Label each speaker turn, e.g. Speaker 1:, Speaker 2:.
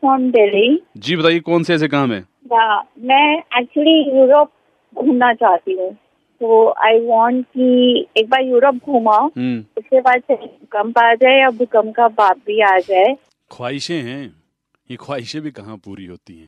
Speaker 1: from Delhi
Speaker 2: ji बताइए कौन से ऐसे काम है
Speaker 1: या मैं एक्चुअली यूरोप घूमना चाहती हूँ तो आई वांट कि एक बार यूरोप घूमा
Speaker 2: हम्म
Speaker 1: उसके बाद चाहे भूकंप आ जाए या भूकंप का बाप भी आ जाए
Speaker 2: ख्वाहिशें हैं ये ख्वाहिशें भी कहाँ पूरी होती हैं